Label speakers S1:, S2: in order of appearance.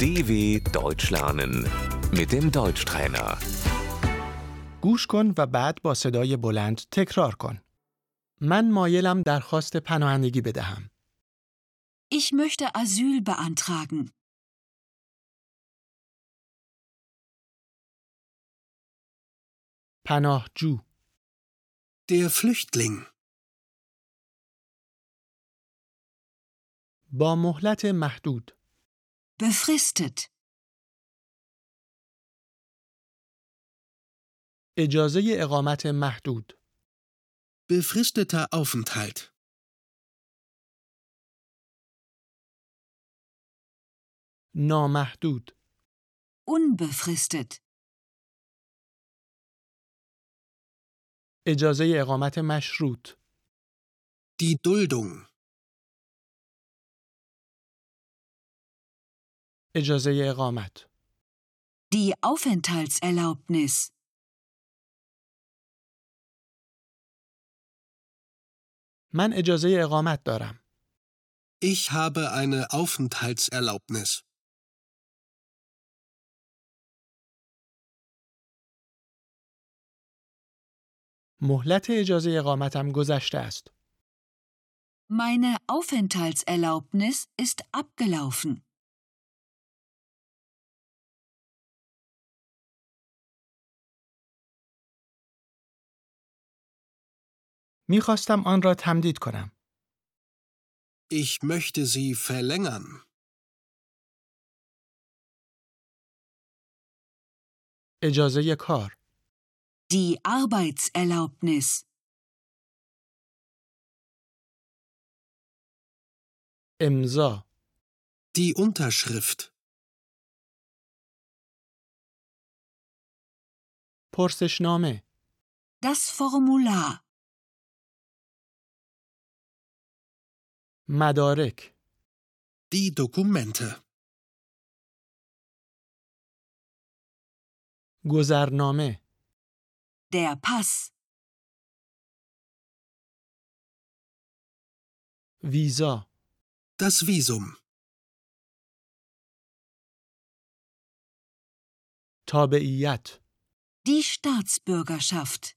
S1: DW Deutsch lernen mit dem Deutschtrainer.
S2: گوش کن و بعد با صدای بلند تکرار کن. من مایلم درخواست پناهندگی بدهم.
S3: Ich möchte Asyl beantragen.
S2: پناهجو،
S4: Der Flüchtling.
S2: با مهلت محدود،
S3: Befristet.
S2: اجازه اقامت محدود،
S4: Befristeter Aufenthalt.
S2: نامحدود،
S3: Unbefristet.
S2: اجازه اقامت مشروط،
S4: Die Duldung.
S2: اجازه اقامت،
S3: Die Aufenthaltserlaubnis.
S2: من اجازه اقامت دارم.
S4: Ich habe eine Aufenthaltserlaubnis.
S2: مهلت اجازه اقامتم گذشته است.
S3: Meine Aufenthaltserlaubnis ist abgelaufen.
S2: میخواستم آن را تمدید کنم.
S4: Ich möchte sie verlängern.
S2: اجازه کار،
S3: Die Arbeitserlaubnis.
S2: امضا،
S4: Die Unterschrift.
S2: پرسشنامه،
S3: Das Formular.
S2: مدارک،
S4: Die Dokumente.
S2: گذرنامه،
S3: Der Pass.
S2: ویزا،
S4: Das Visum.
S2: تابعیت،
S3: Die Staatsbürgerschaft.